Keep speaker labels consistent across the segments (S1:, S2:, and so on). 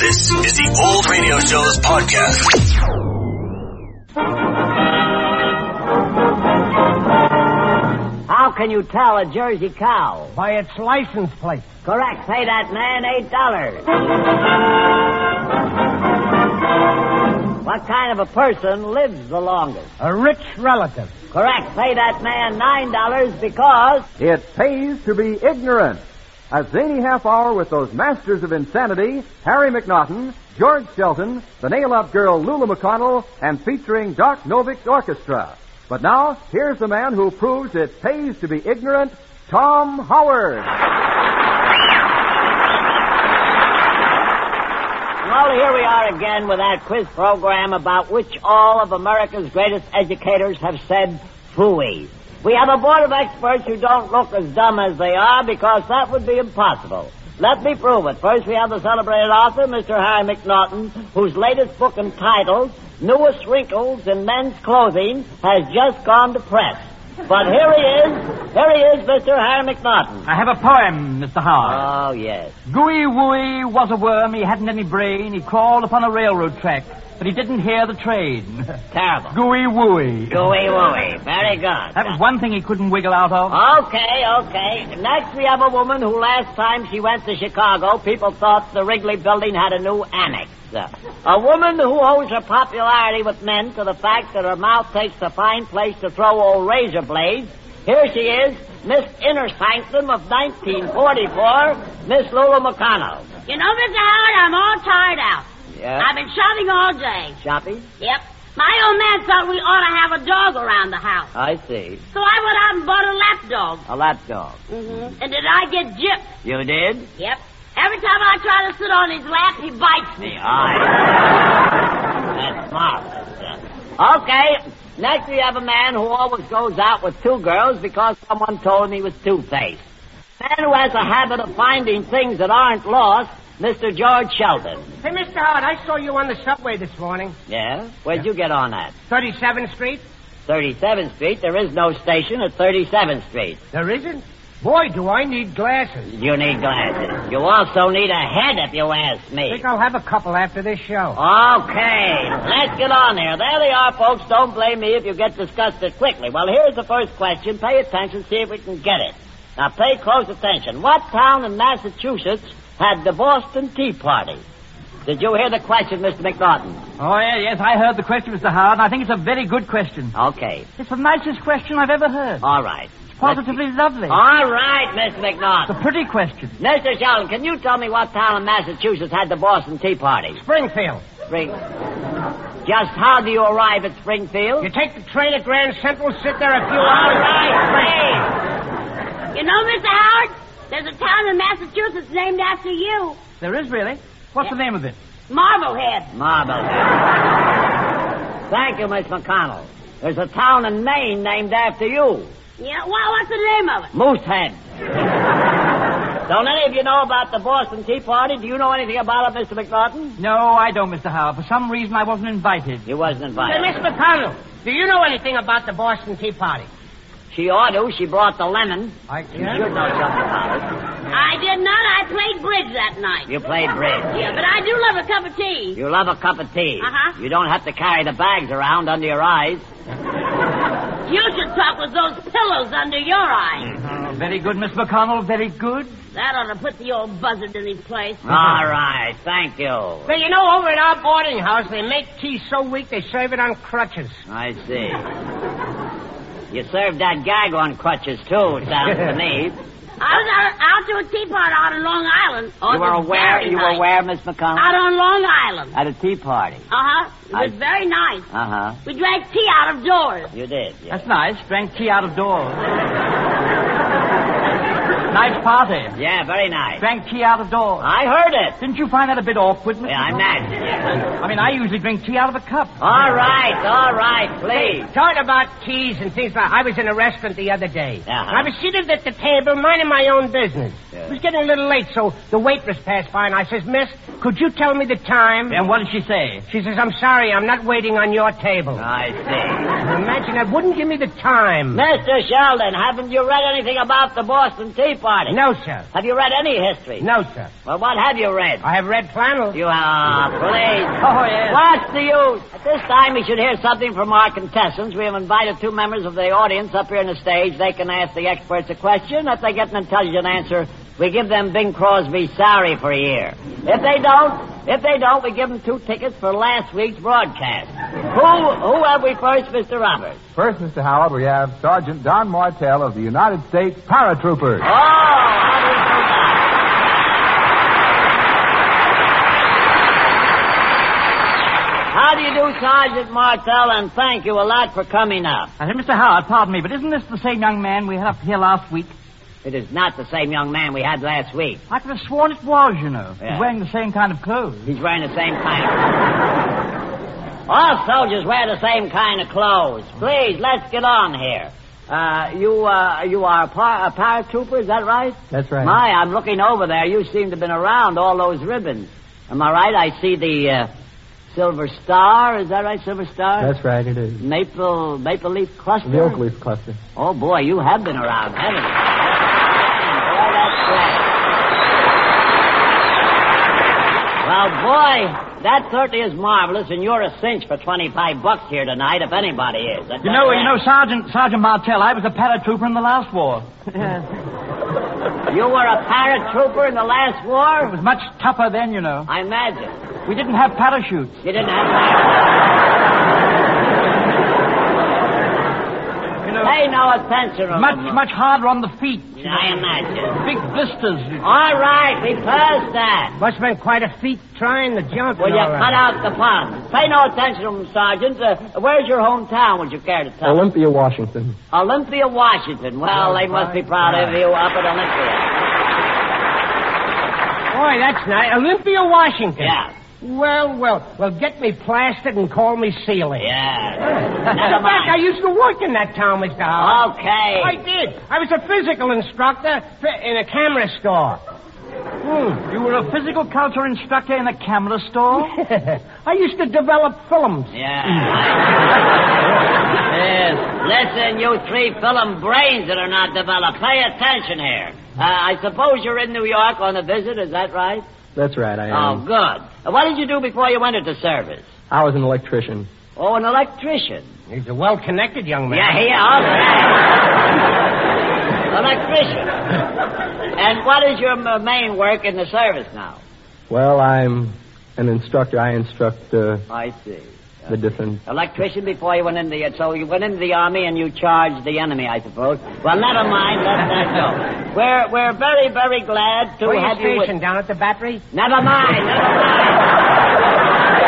S1: This is the Old Radio Show's podcast.
S2: How can you tell a Jersey cow?
S3: By its license plate.
S2: Correct. Pay that man eight dollars. What kind of a person lives the longest?
S3: A rich relative.
S2: Correct. Pay that man nine dollars because
S4: It pays to be ignorant. A zany half hour with those masters of insanity, Harry McNaughton, George Shelton, the nail up girl Lula McConnell, and featuring Doc Novick's orchestra. But now, here's the man who proves it pays to be ignorant, Tom Howard.
S2: Well, here we are again with that quiz program about which all of America's greatest educators have said phooey. We have a board of experts who don't look as dumb as they are because that would be impossible. Let me prove it. First, we have the celebrated author, Mr. Harry McNaughton, whose latest book entitled Newest Wrinkles in Men's Clothing has just gone to press. But here he is. Here he is, Mr. Harry McNaughton.
S5: I have a poem, Mr. Howard.
S2: Oh, yes.
S5: Gooey Wooey was a worm. He hadn't any brain. He crawled upon a railroad track, but he didn't hear the train.
S2: Terrible.
S5: Gooey Wooey.
S2: Gooey wooey. Very good.
S5: That was one thing he couldn't wiggle out of.
S3: Uh,
S2: Okay, okay. Next, we have a woman who last time she went to Chicago, people thought the Wrigley building had a new annex. Uh, A woman who owes her popularity with men to the fact that her mouth takes a fine place to throw old razor blades. Here she is, Miss Inner Sanctum of 1944, Miss Lula McConnell.
S6: You know, Mr. Howard, I'm all tired out. I've been shopping all day.
S2: Shopping?
S6: Yep. My old man thought we ought to have a dog around the house.
S2: I see.
S6: So I went out and bought a lap dog.
S2: A lap dog.
S6: Mm-hmm. And did I get gypped?
S2: You did?
S6: Yep. Every time I try to sit on his lap, he bites me.
S2: That's marvelous. Okay. Next, we have a man who always goes out with two girls because someone told him he was two-faced. Man who has a habit of finding things that aren't lost, Mr. George Sheldon.
S3: Hey, Mr. Howard, I saw you on the subway this morning.
S2: Yeah? Where'd you get on that?
S3: 37th Street?
S2: 37th Street. There is no station at 37th Street.
S3: There isn't? Boy, do I need glasses.
S2: You need glasses. You also need a head, if you ask me.
S3: Think I'll have a couple after this show.
S2: Okay, let's get on there. There they are, folks. Don't blame me if you get disgusted quickly. Well, here's the first question. Pay attention, see if we can get it. Now, pay close attention. What town in Massachusetts had the Boston Tea Party? Did you hear the question, Mr. McNaughton?
S5: Oh, yeah, yes, I heard the question, Mr. Howard, and I think it's a very good question.
S2: Okay,
S5: It's the nicest question I've ever heard.
S2: all right.
S5: Positively lovely.
S3: Uh,
S2: All right, Mr.
S5: It's a
S2: McNaughton.
S5: pretty question.
S2: Mr. Sheldon, can you tell me what town in Massachusetts had the Boston Tea Party?
S3: Springfield.
S2: Spring. Just how do you arrive at Springfield?
S3: You take the train at Grand Central, sit there a few
S2: All
S3: hours.
S2: right, hey.
S6: You know, Mr. Howard, there's a town in Massachusetts named after you,
S5: There is really. What's the name of it?
S6: Marblehead.
S2: Marvelous. Thank you, Miss McConnell. There's a town in Maine named after you,
S6: Yeah, well, what's the name of it?
S2: Moosehead. Don't any of you know about the Boston Tea Party? Do you know anything about it, Mr. McNaughton?
S5: No, I don't, Mr. Howard. For some reason, I wasn't invited.
S2: You wasn't
S3: Hey,
S2: invited.
S3: Miss McConnell, do you know anything about the Boston Tea Party?
S2: She ought to. She brought the lemon.
S3: I
S2: You know something about
S6: I did not. I played bridge that night.
S2: it. You play bridge.
S6: Yeah, but I do love a cup of tea.
S2: You love a cup of tea.
S6: Uh-huh.
S2: You don't have to carry the bags around under your eyes.
S6: You should talk with those pillows under your eyes.
S5: Oh, very good, Miss McConnell. Very good.
S6: That ought to put the old buzzard in his place.
S2: All right. Thank you.
S3: Well, you know, over at our boarding house, they make tea so weak they serve it on crutches.
S2: I see. You served that gag on crutches, too, it sounds to me.
S6: I was out, out to a tea party out on Long Island. on
S2: You were
S6: this
S2: aware,
S6: very
S2: you were
S6: night.
S2: aware, Miss McConnell?
S6: Out on Long Island.
S2: At a tea party.
S6: Uh huh. It was
S2: I-
S6: very nice.
S2: Uh huh.
S6: We drank tea out of doors.
S2: You did. Yes.
S5: That's nice. Drank tea out of doors. nice party.
S2: Yeah, very nice.
S5: Drank tea out of doors.
S2: I heard it.
S5: Didn't you find that a bit awkward, Mr.
S2: Yeah, I
S5: Howard?
S2: imagine. yes.
S5: I mean, I usually drink tea out of a cup.
S2: All right, all right, please.
S3: Talking about teas and things like I was in a restaurant the other day.
S2: Uh-huh.
S3: I was seated at the table, minding my own business.
S2: Yeah.
S3: It was getting a little late, so the waitress passed by and I says, Miss, could you tell me the time?
S5: And what did she say?
S3: She says, I'm sorry, I'm not waiting on your table.
S2: I see.
S3: Imagine that wouldn't give me the time.
S2: Mr. Sheldon, haven't you read anything about the Boston Tea party?
S3: No, sir.
S2: Have you read any history?
S3: No, sir.
S2: Well, what have you read?
S3: I have red flannel.
S2: You are, please.
S5: Oh, yes.
S2: What's the use? At this time, we should hear something from our contestants. We have invited two members of the audience up here on the stage. They can ask the experts a question. If they get an intelligent answer, we give them Bing Crosby's salary for a year. If they don't, if they don't, we give them two tickets for last week's broadcast. Who, who have we first, Mr. Roberts?
S7: First, Mr. Howard, we have Sergeant Don Martell of the United States Paratroopers.
S2: Oh, how do you do that? How do you do, Sergeant Martell, and thank you a lot for coming up.
S5: I said, Mr. Howard, pardon me, but isn't this the same young man we had up here last week?
S2: It is not the same young man we had last week.
S5: I could have sworn it was, you know.
S2: Yeah.
S5: He's wearing the same kind of clothes.
S2: He's wearing the same kind of... All soldiers wear the same kind of clothes. Please, let's get on here. Uh, you, uh, you are a, par- a paratrooper, is that right?
S7: That's right.
S2: My, I'm looking over there. You seem to have been around all those ribbons. Am I right? I see the, uh, Silver Star. Is that right, Silver Star?
S7: That's right, it is.
S2: Maple, maple leaf cluster?
S7: The oak leaf cluster.
S2: Oh, boy, you have been around, haven't you? Boy, that's right. Well, boy, that certainly is marvelous, and you're a cinch for 25 bucks here tonight, if anybody is. That's
S5: You know,
S2: right.
S5: you know, Sergeant Sergeant Martell, I was a paratrooper in the last war.
S2: You were a paratrooper in the last
S5: It
S2: war?
S5: was much tougher then, you know.
S2: I imagine.
S5: We didn't have parachutes.
S2: You didn't have
S5: You know,
S2: Pay no attention to
S5: much
S2: them.
S5: much harder on the feet.
S2: I imagine.
S5: Big blisters.
S2: All right, we passed that.
S3: Must have been quite a feat trying the jump.
S2: Will
S3: and
S2: you
S3: all that.
S2: cut out the pun? Pay no attention to them, Sergeant. Uh, where's your hometown, would you care to tell us?
S7: Olympia, Washington.
S2: Olympia, Washington. Well, they must be proud of you up at Olympia.
S3: Boy, that's nice. Olympia, Washington.
S2: Yeah.
S3: Well, well, well, get me plastered and call me Sealy.
S2: Yeah. Never
S3: In fact, I
S2: mind.
S3: used to work in that town, Mr. Howard. I
S2: Okay.
S3: did. I was a physical instructor fi- in a camera store. Hmm.
S5: You were a physical culture instructor in a camera store?
S3: I used to develop films.
S2: Yeah. yes. Listen, you three film brains that are not developed, pay attention here. Uh, I suppose you're in New York on a visit, is that right?
S7: That's right, I
S2: Oh, good. Uh, What did you do before you went into service?
S7: I was an electrician.
S2: Oh, an electrician.
S3: He's a well-connected young man.
S2: Yeah, he all right. Electrician. And what is your m- main work in the service now?
S7: Well, I'm an instructor. I instruct uh,
S2: I see.
S7: the different.
S2: Electrician before you went into the so you went into the army and you charged the enemy, I suppose. Well, never mind, let that go. We're we're very very glad to
S3: Where
S2: have
S3: you
S2: you.
S3: stationed? Down at the battery?
S2: With... Never mind, never mind.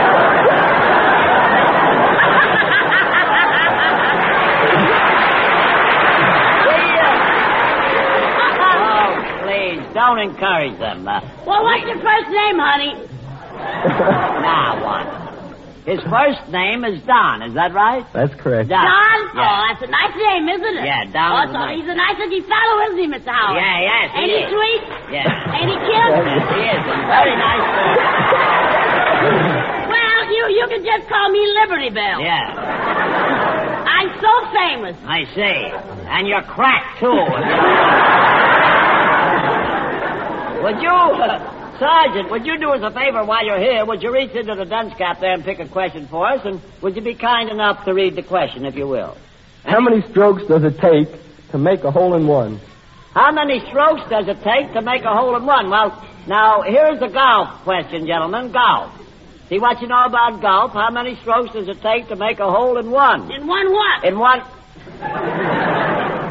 S2: oh, please don't encourage them. Uh,
S6: Well, what's your first name, honey?
S2: now what? His first name is Don, is that right?
S7: That's correct.
S2: Don.
S6: Don?
S2: Yeah.
S6: Oh, that's a nice name, isn't it?
S2: Yeah, Don
S6: Oh,
S2: is
S6: so
S2: nice.
S6: he's a nice looking fellow, isn't he, Mr. Howard?
S2: Yeah, yes, he
S6: Ain't he
S2: is.
S6: sweet?
S2: Yes.
S6: Ain't he cute?
S2: He is a very nice boy.
S6: Well, you you can just call me Liberty Bell.
S2: Yeah,
S6: I'm so famous.
S2: I see. And you're cracked, too. would you, uh, Sergeant, would you do us a favor while you're here? Would you reach into the dunce cap there and pick a question for us? And would you be kind enough to read the question, if you will?
S7: How many strokes does it take to make a hole in one?
S2: How many strokes does it take to make a hole in one? Well, now, here's the golf question, gentlemen. Golf. See what you know about golf. How many strokes does it take to make a hole in one?
S6: In one what?
S2: In one.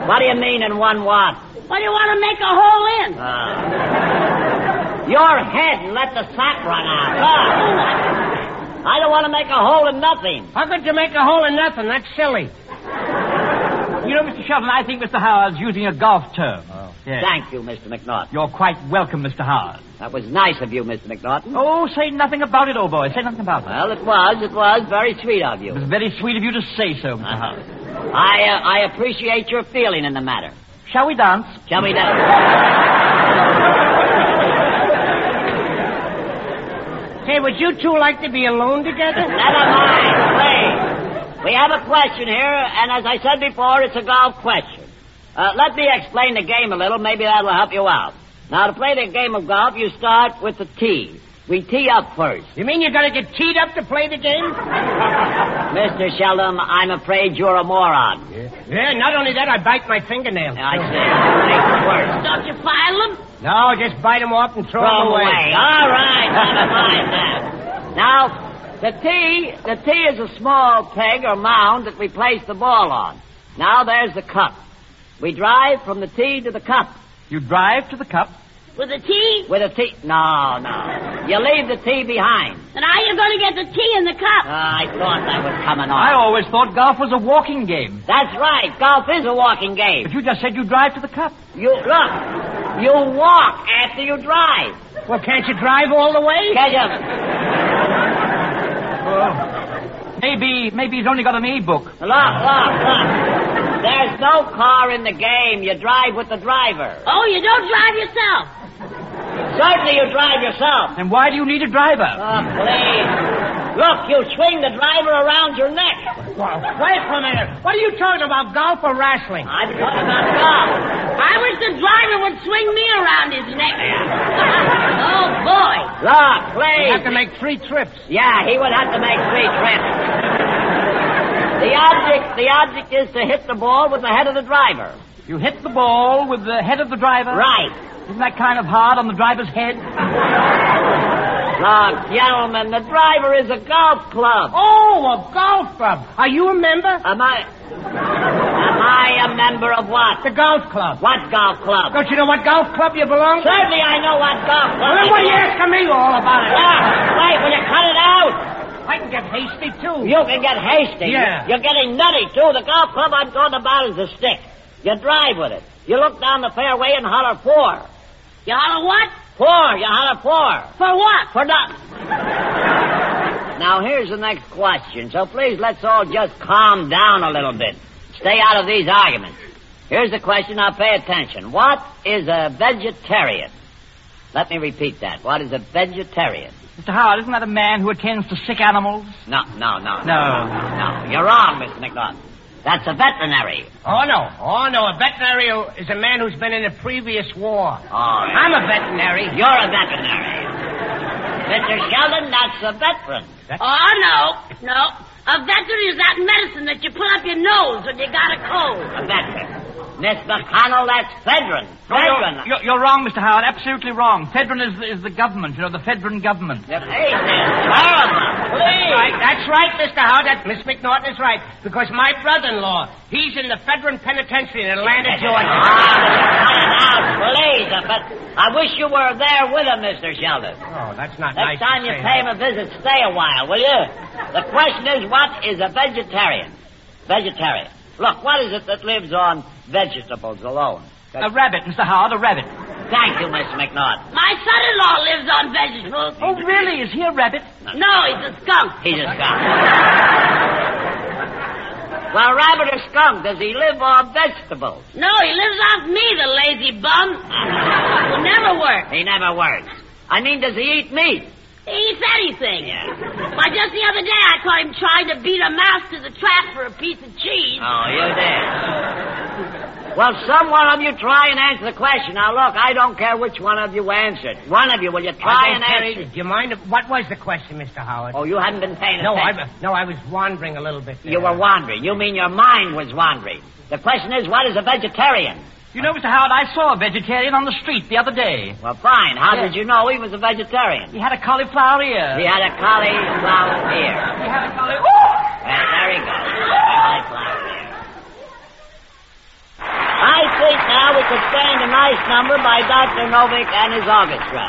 S2: what do you mean in one what?
S6: What do you want to make a hole in?
S2: Your head and let the sock run out. Look. I don't want to make a hole in nothing.
S3: How could you make a hole in nothing? That's silly.
S5: You know, Mr. Shelton, I think Mr. Howard's using a golf term. Oh. Yes.
S2: Thank you, Mr. McNaughton.
S5: You're quite welcome, Mr. Howard.
S2: That was nice of you, Mr. McNaughton.
S5: Oh, say nothing about it, old boy. Say nothing about it.
S2: Well, it was. It was very sweet of you. Uh-huh.
S5: It was very sweet of you to say so, Mr. Howard.
S2: I uh, I appreciate your feeling in the matter.
S5: Shall we dance?
S2: Shall we dance?
S3: Say, would you two like to be alone together?
S2: Never mind. Please. We have a question here, and as I said before, it's a golf question. Uh, let me explain the game a little. Maybe that'll help you out. Now, to play the game of golf, you start with the tee. We tee up first.
S3: You mean you gotta get teed up to play the game?
S2: Mr. Sheldon, I'm afraid you're a moron.
S3: Yeah, not only that, I bite my fingernails.
S2: I say, make it worse.
S6: Don't you file them?
S3: No, just bite them off and throw,
S2: Throw
S3: them away.
S2: All right, never mind that. Now, the tee, the tee is a small peg or mound that we place the ball on. Now there's the cup. We drive from the tee to the cup
S5: You drive to the cup.
S6: With a T?
S2: with a tee. No, no. You leave the tee behind.
S6: Then how you gonna get the T in the
S2: Ah,
S6: cup?
S2: I thought that was coming
S5: I
S2: on.
S5: always thought golf was a walking game.
S2: That's right. Golf is a walking game.
S5: But you just said you drive to the cup.
S2: You look. You walk after you drive.
S3: Well, can't you drive all the way?
S2: Catch up.
S5: Maybe, maybe he's only got an e-book.
S2: Look, look, look. There's no car in the game. You drive with the driver.
S6: Oh, you don't drive yourself.
S2: Certainly you drive yourself.
S5: Then why do you need a driver?
S2: Oh, please. Look, you swing the driver around your neck.
S3: Well, wait for a minute. What are you talking about, golf or wrestling?
S2: I'm talking about
S6: I wish the driver would swing me around his neck. oh, boy.
S2: golf. Look,
S3: You have to
S2: please.
S3: make three trips.
S2: Yeah, he would have to make three trips. The object, the object is to hit the ball with the head of the driver.
S5: You hit the ball with the head of the driver.
S2: Right.
S5: Isn't that kind of hard on the driver's head?
S2: Look, gentlemen, the driver is a golf club.
S3: Oh, a golf club. Are you a member?
S2: Am I, am I a member of what?
S3: The golf club.
S2: What golf club?
S3: Don't you know what golf club you belong to?
S2: Certainly I know what golf club.
S3: Well, then what are you asking me all about it?
S2: Look, wait, will you cut it out?
S3: I can get hasty, too.
S2: You can get hasty.
S3: Yeah.
S2: You're getting nutty, too. The golf club I'm talking about is a stick. You drive with it. You look down the fairway and holler four.
S6: You holler what?
S2: Four. You holler four.
S6: For what?
S2: For nothing. now, here's the next question. So please, let's all just calm down a little bit. Stay out of these arguments. Here's the question. Now, pay attention. What is a vegetarian? Let me repeat that. What is a vegetarian?
S5: Mr. Howard, isn't that a man who attends to sick animals?
S2: No, no, no.
S5: No.
S2: No, you're wrong, Mr. McNaughton. That's a veterinary.
S3: Oh, no. Oh, no. A veterinary is a man who's been in a previous war.
S2: Oh,
S3: I'm a veterinary.
S2: You're a veterinary. Mr. Sheldon, that's a veteran.
S6: Oh, no. No. A veteran is that medicine that you put up your nose when you got a cold.
S2: A veteran. Miss McConnell, that's Fedron.
S5: No, you're,
S2: Fedron.
S5: you're- you're wrong, Mr. Howard. Absolutely wrong. Fedron is, is the government, you know, the Fedron government.
S2: Hey, Miss Parma,
S3: That's right.
S2: please.
S3: That's right, Mr. Howard. That Miss McNaughton is right. Because my brother-in-law, he's in the Federal Penitentiary in Atlanta, Georgia.
S2: Ah, cut it out, please. But I wish you were there with him, Mr. Sheldon.
S3: Oh, that's not nice.
S2: Next
S3: to
S2: time you
S3: say.
S2: pay him a visit, stay a while, will you? The question is, what is a vegetarian? Vegetarian. Look, what is it that lives on vegetables alone?
S5: A rabbit, Mr. Howard, a rabbit.
S2: Thank you, Mr. McNaught.
S6: My son-in-law lives on vegetables.
S5: Oh, really? Is he a rabbit?
S6: No, he's a skunk.
S2: He's a skunk. well, rabbit or skunk, does he live on vegetables?
S6: No, he lives off me, the lazy bum. Will never work.
S2: He never works. I mean, does he eat meat?
S6: He eats anything. Why, just the other day I caught him trying to beat a mouse to the trap for a piece of cheese.
S2: Oh, you did. Well, some one of you try and answer the question. Now, look, I don't care which one of you answered. One of you, will you
S3: I
S2: try
S3: don't
S2: and
S3: catch
S2: answer?
S3: it. Do you mind? If, what was the question, Mr. Howard?
S2: Oh, you haven't been paying
S3: no,
S2: attention.
S3: I, no, I was wandering a little bit. there.
S2: You were wandering. You mean your mind was wandering. The question is, what is a vegetarian?
S5: You know, Mr. Howard, I saw a vegetarian on the street the other day.
S2: Well, fine. How did you know he was a vegetarian?
S5: He had a cauliflower ear.
S2: He had a cauliflower ear.
S5: He had a cauli- Oh!
S2: Well, Uh, there he goes. Cauliflower ear. I think now we could stand a nice number by Dr. Novick and his orchestra.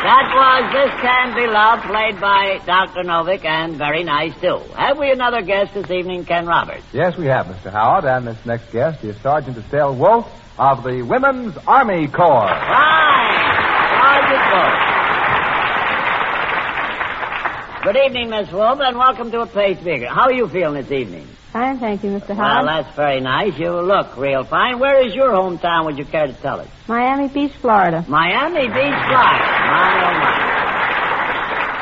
S2: That was This Can Be Love, played by Dr. Novick, and very nice, too. Have we another guest this evening, Ken Roberts?
S7: Yes, we have, Mr. Howard, and this next guest is Sergeant Estelle Wolf of the Women's Army Corps.
S2: Right. Sergeant Wolf. Good evening, Miss Wolf, and welcome to a pacemaker. How are you feeling this evening?
S8: Fine, thank you, Mr.
S2: Well,
S8: Howard.
S2: that's very nice. You look real fine. Where is your hometown, would you care to tell us?
S8: Miami Beach, Florida.
S2: Miami Beach, Florida. My, oh, my.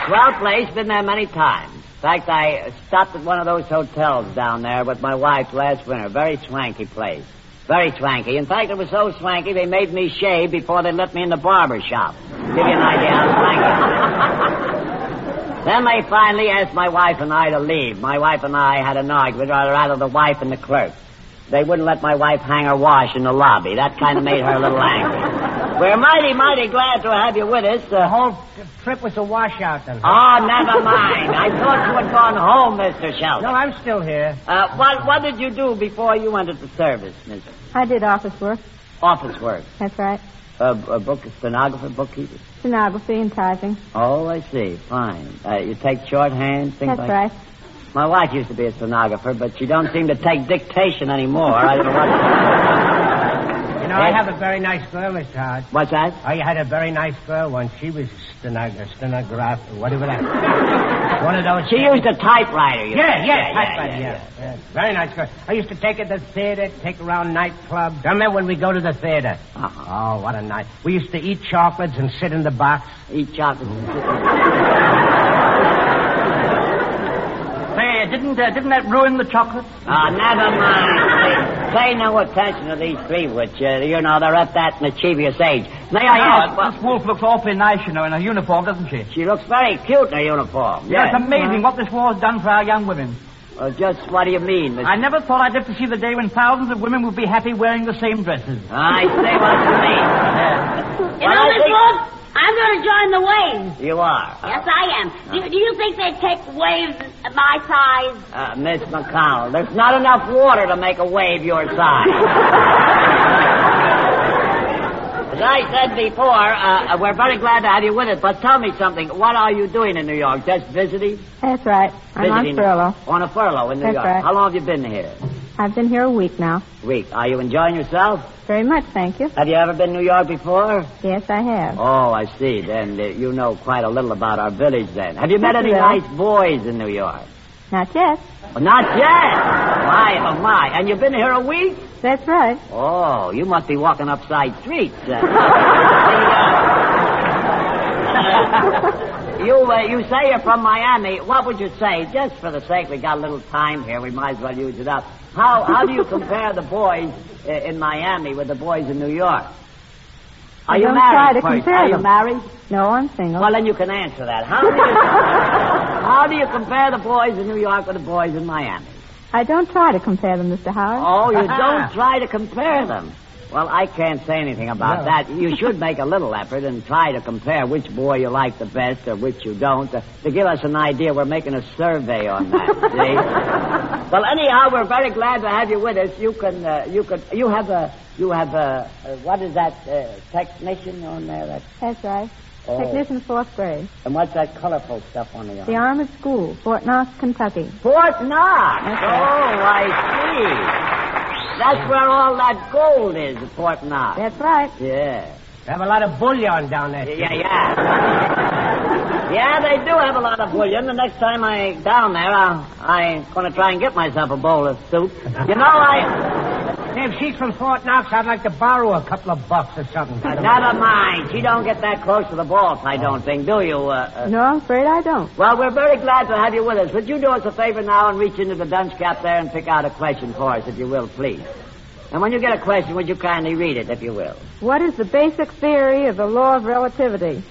S2: Swell place. Been there many times. In fact, I stopped at one of those hotels down there with my wife last winter. Very swanky place. Very swanky. In fact, it was so swanky they made me shave before they let me in the barber shop. Give you an idea how swanky. then they finally asked my wife and I to leave. My wife and I had an argument, or rather the wife and the clerk. They wouldn't let my wife hang her wash in the lobby. That kind of made her a little angry. We're mighty, mighty glad to have you with us.
S3: Oh, The
S2: Uh,
S3: whole trip was a washout, then.
S2: Oh, never mind. I thought you had gone home, Mr. Sheldon.
S3: No, I'm still here.
S2: Uh, what, what did you do before you entered the service, Miss?
S8: I did office work.
S2: Office work.
S8: That's right.
S2: Uh, a book, stenographer, bookkeeper.
S8: Stenography and typing.
S2: Oh, I see. Fine. Uh, you take shorthand, things
S8: That's
S2: like
S8: right.
S2: My wife used to be a stenographer, but she don't seem to take dictation anymore. I don't know what...
S3: You know, I have a very nice girl, Mr. Howard.
S2: What's that?
S3: I had a very nice girl once. She was stenographer, stenographer, whatever that. One of those.
S2: She used a typewriter. You
S3: Yeah, yeah,
S2: know.
S3: yeah, yeah, yeah. Very nice girl. I used to take her to the theater, take her around nightclubs. I remember when we go to the theater.
S2: Uh-huh.
S3: Oh, what a night. We used to eat chocolates and sit in the box.
S2: Eat chocolate.
S5: Say, didn't, uh, didn't that ruin the chocolate?
S2: Ah, never mind. Pay no attention to these three, which, uh, you know, they're at that mischievous age. May I
S5: Howard,
S2: ask... what-
S5: Miss Wolf looks awfully nice, you know, in her uniform, doesn't she?
S2: She looks very cute in her uniform.
S5: Yeah, it's
S2: Uh-huh.
S5: amazing what this war has done for our young women.
S2: Well, just what do you mean, Miss?
S5: I never thought I'd live to see the day when thousands of women would be happy wearing the same dresses.
S2: I see what
S6: You know,
S2: I
S6: Miss
S2: think-
S6: Wolf, I'm going to join the
S2: you
S6: waves.
S2: mean. You are.
S6: Yes, I am. Do, do you think they'd take waves at my size?
S2: Uh, Miss McConnell, there's not enough water to make a wave your size. As I said before, uh, we're very glad to have you with us, but tell me something. What are you doing in New York? Just visiting?
S8: That's right. I'm on
S2: visiting
S8: furlough.
S2: On a furlough in New
S8: That's
S2: York.
S8: right.
S2: How long have you been here?
S8: I've been here a week now.
S2: Week. Are you enjoying yourself?
S8: Very much, thank you.
S2: Have you ever been to New York before?
S8: Yes, I have.
S2: Oh, I see. Then uh, you know quite a little about our village then. Have you met any
S8: Yeah.
S2: nice boys in New York?
S8: Not yet.
S2: Well, not yet. My, oh, my. And you've been here a week?
S8: That's right.
S2: Oh, you must be walking upside streets. then. you, uh, you say you're from Miami. What would you say, just for the sake we got a little time here, we might as well use it up. How, how do you compare the boys uh, in Miami with the boys in New York? Are
S8: I
S2: you
S8: don't try
S2: married?
S8: to
S2: first?
S8: compare
S2: Are you
S8: them.
S2: married?
S8: No, I'm single.
S2: Well, then you can answer that. How do you, how do you compare the boys in New York with the boys in Miami?
S8: I don't try to compare them, Mr. Howard.
S2: Oh, you don't try to compare them. Well, I can't say anything about that. You should make a little effort and try to compare which boy you like the best or which you don't. To, to give us an idea, we're making a survey on that. see? Well, anyhow, we're very glad to have you with us. You can, uh, you can, you have a, you have a, uh, what is that uh, technician on there? That,
S8: That's right.
S2: Oh.
S8: Technician fourth grade.
S2: and what's that colorful stuff on the arm?
S8: The Armored School, Fort Knox, Kentucky.
S2: Fort Knox. Oh, I see. That's where all that gold is, Fort Knox.
S8: That's right.
S2: Yeah.
S3: They have a lot of bullion down there.
S2: Yeah, yeah. yeah, they do have a lot of bullion. The next time I down there, I'll, I'm going to try and get myself a bowl of soup. You know, I...
S3: Hey, if she's from Fort Knox, I'd like to borrow a couple of bucks or something.
S2: Never mind. You don't get that close to the boss, I don't think, do you? Uh, uh,
S8: No, I'm afraid I don't.
S2: Well, we're very glad to have you with us. Would you do us a favor now and reach into the dunce cap there and pick out a question for us, if you will, please? And when you get a question, would you kindly read it, if you will?
S8: What is the basic theory of the law of relativity?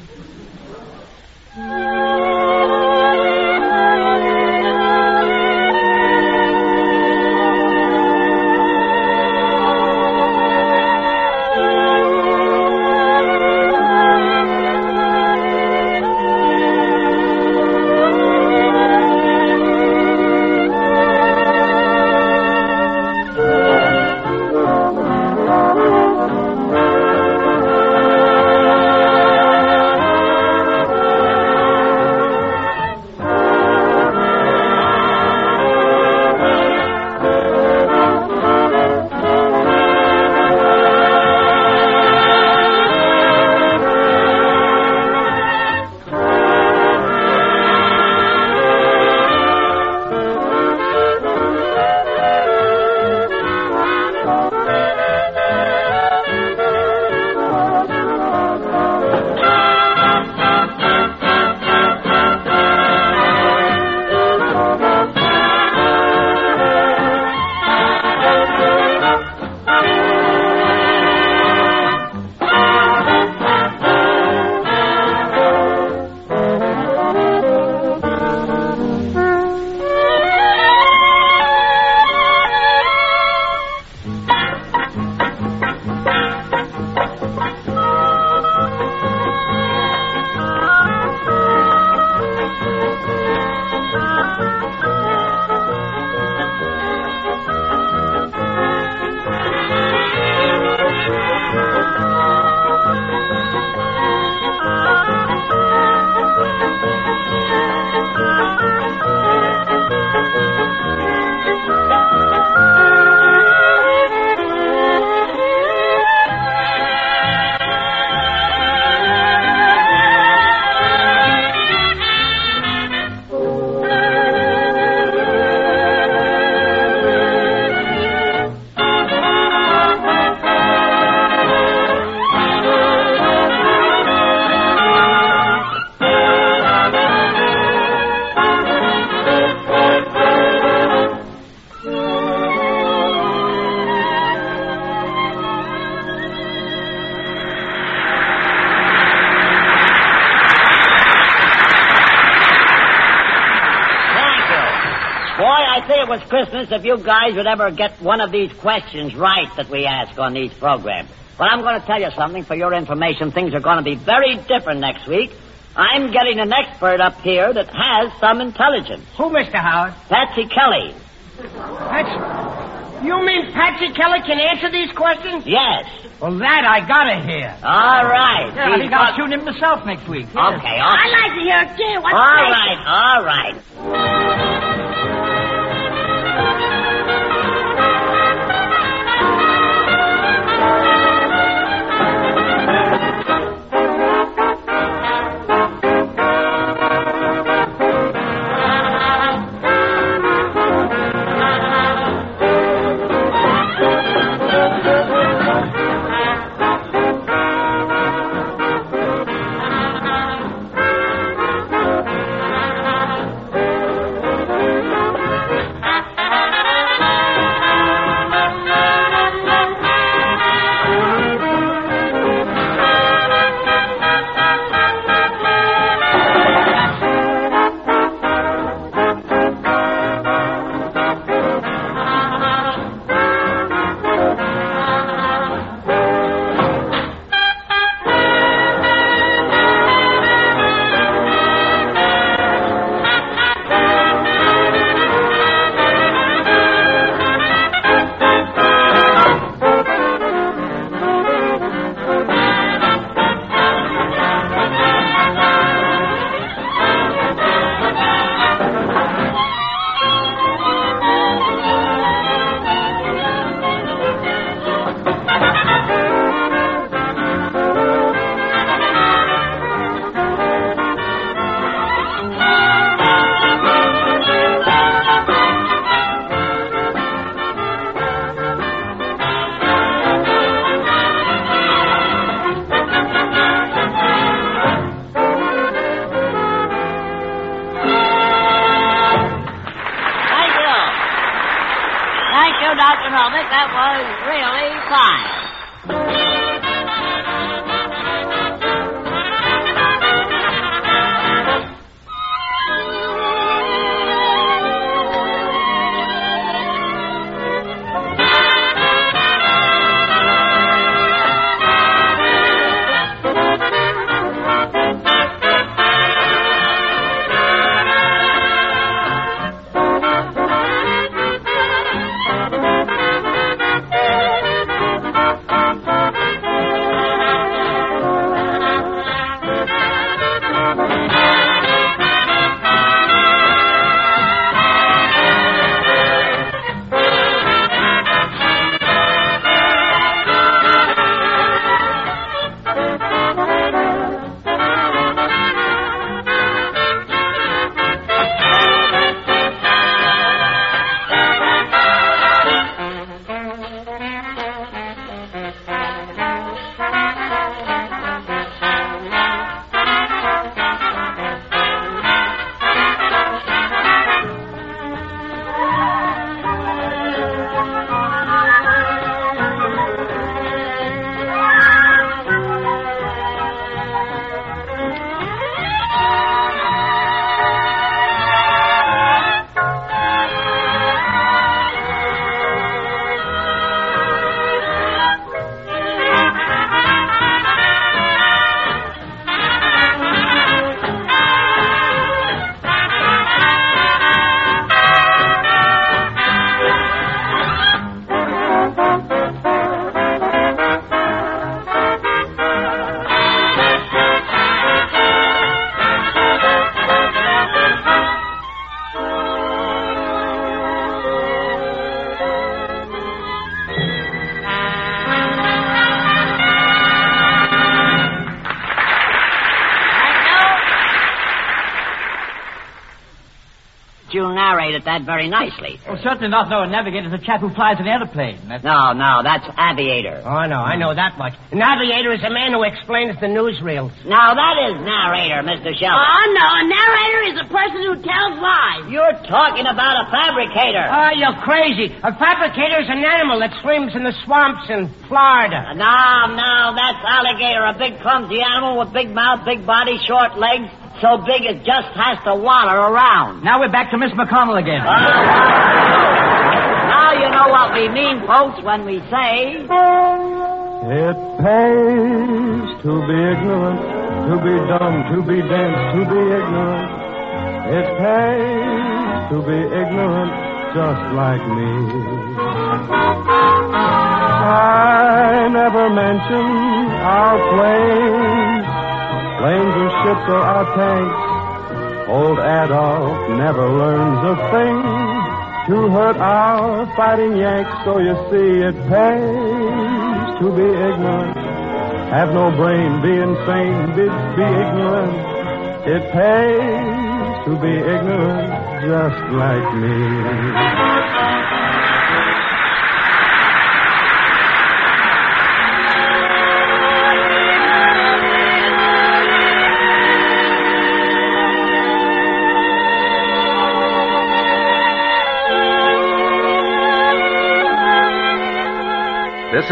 S2: I say it was Christmas if you guys would ever get one of these questions right that we ask on these programs. But I'm going to tell you something for your information. Things are going to be very different next week. I'm getting an expert up here that has some intelligence.
S3: Who, Mr. Howard?
S2: Patsy Kelly.
S3: That's. You mean Patsy Kelly can answer these questions?
S2: Yes.
S3: Well, that I gotta hear.
S2: All right.
S5: Yeah, I
S2: She's
S5: think
S2: got-
S5: I'll tune in myself next week.
S2: Okay, all right.
S6: I like to hear it too. What's
S2: All
S6: the
S2: right,
S6: question?
S2: all right. Thank you. Thank you, Dr. Novick. That was really fine.
S6: Ah,
S2: You narrated that very nicely.
S5: Well, certainly not know a navigator's a chap who flies an airplane. That's...
S2: No, no, that's aviator.
S3: Oh, no, I know that much. An aviator is a man who explains the newsreels.
S2: Now that is narrator, Mr. Shelton.
S6: Oh, no. A narrator is a person who tells lies.
S2: You're talking about a fabricator.
S3: Oh, you're crazy. A fabricator is an animal that swims in the swamps in Florida.
S2: No, no, that's alligator, a big clumsy animal with big mouth, big body, short legs, so big it just has to waller around.
S5: Now we're back to Miss McConnell again.
S2: All right. know what we mean, folks, when we say.
S9: It pays to be ignorant, to be dumb, to be dense, to be ignorant. It pays to be ignorant, just like me. I never mention our planes, planes or ships or our tanks. Old Adolf never learns a thing to hurt our fighting Yanks. So you see, it pays to be ignorant. Have no brain, be insane, be, be ignorant. It pays to be ignorant, just like me.
S10: This